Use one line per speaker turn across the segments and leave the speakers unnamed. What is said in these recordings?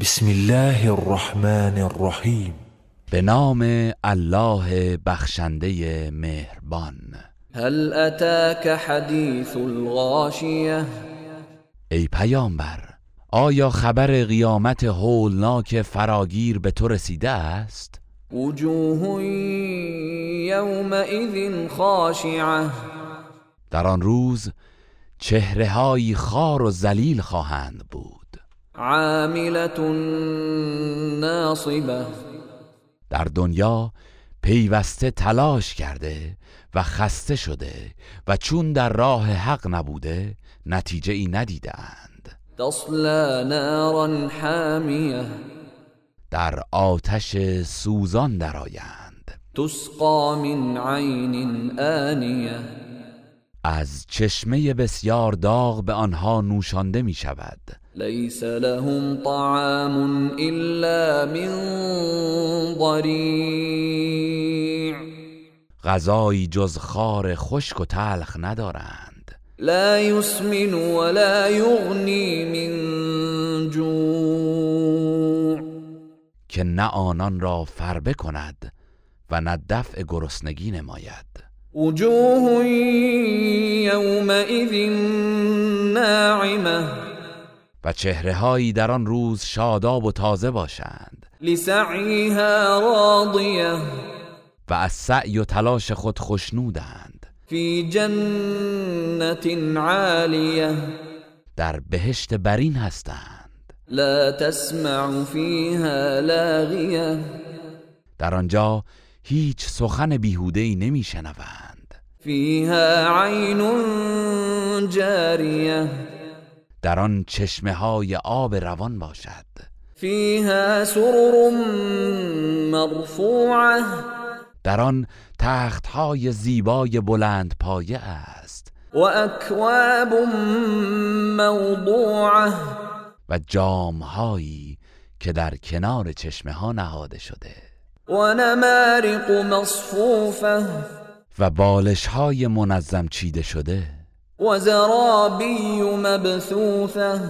بسم الله الرحمن الرحیم
به نام الله بخشنده مهربان
هل اتاك حديث الغاشيه
ای پیامبر آیا خبر قیامت هولناک فراگیر به تو رسیده است؟
وجوه يومئذ خاشعه
در آن روز چهره های خار و زلیل خواهند بود
عامله ناصبه
در دنیا پیوسته تلاش کرده و خسته شده و چون در راه حق نبوده نتیجه ای ندیده اند
تصلى نارا حاميه
در آتش سوزان درآیند
تسقى من عين آنيه
از چشمه بسیار داغ به آنها نوشانده می شود
ليس لهم طعام إلا من ضريع
غذایی جز خار خشک و تلخ ندارند
لا يسمن ولا يغني من جوع
که نه آنان را فربه کند و نه دفع گرسنگی نماید
وجوه يومئذ ناعمة
و چهره هایی در آن روز شاداب و تازه باشند
لسعيها راضية
و از سعی و تلاش خود خوشنودند
في جنة عالية
در بهشت برین هستند
لا تسمع فيها لاغية
در آنجا هیچ سخن بیهوده ای نمی شنوند
فيها عين جارية
در آن چشمه های آب روان باشد
فيها سرر مرفوعة
در آن تخت های زیبای بلند پایه است
وأكواب موضوعة
و جام هایی که در کنار چشمه ها نهاده شده
ونمارق مصفوفة
و بالش های منظم چیده شده
وزرابي مبثوثة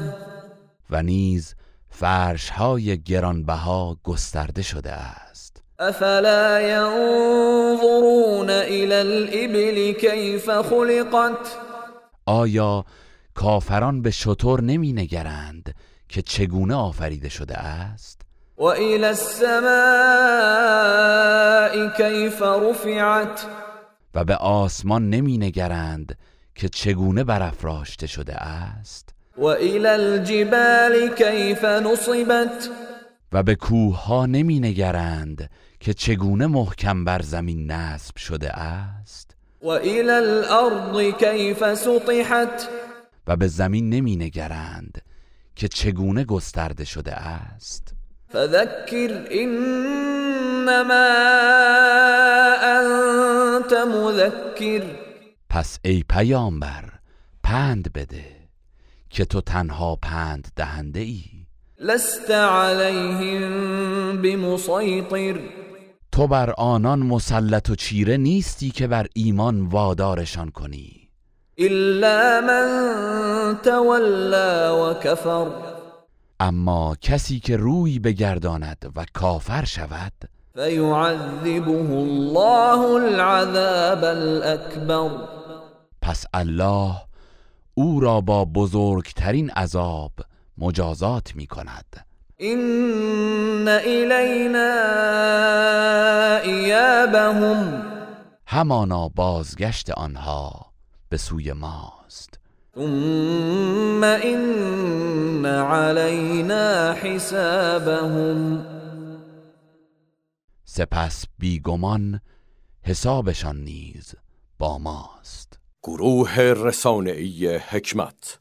و نیز فرش های گرانبها گسترده شده است
أفلا ينظرون إلى الإبل كيف خلقت
آیا کافران به شطور نمی نگرند که چگونه آفریده شده است؟
وإلى السماء كيف رفعت
و به آسمان نمی نگرند که چگونه برافراشته شده است؟
وإلى الجبال كيف نصبت
و به کوه ها نمی نگرند که چگونه محکم بر زمین نصب شده است؟
وإلى الأرض كيف سطحت
و به زمین نمی نگرند که چگونه گسترده شده است؟
فذكر إنما أنت مذكر
پس ای پیامبر پند بده که تو تنها پند دهنده ای
لست عليهم بمسيطر
تو بر آنان مسلط و چیره نیستی که بر ایمان وادارشان کنی
إلا من تولى وكفر
اما کسی که روی بگرداند و کافر شود
فيعذبه الله العذاب الأكبر
پس الله او را با بزرگترین عذاب مجازات می کند
إن إلينا إيابهم
همانا بازگشت آنها به سوی ماست
ثم إن علينا حسابهم
سپس بیگمان حسابشان نیز با ماست
گروه رسانه‌ای حکمت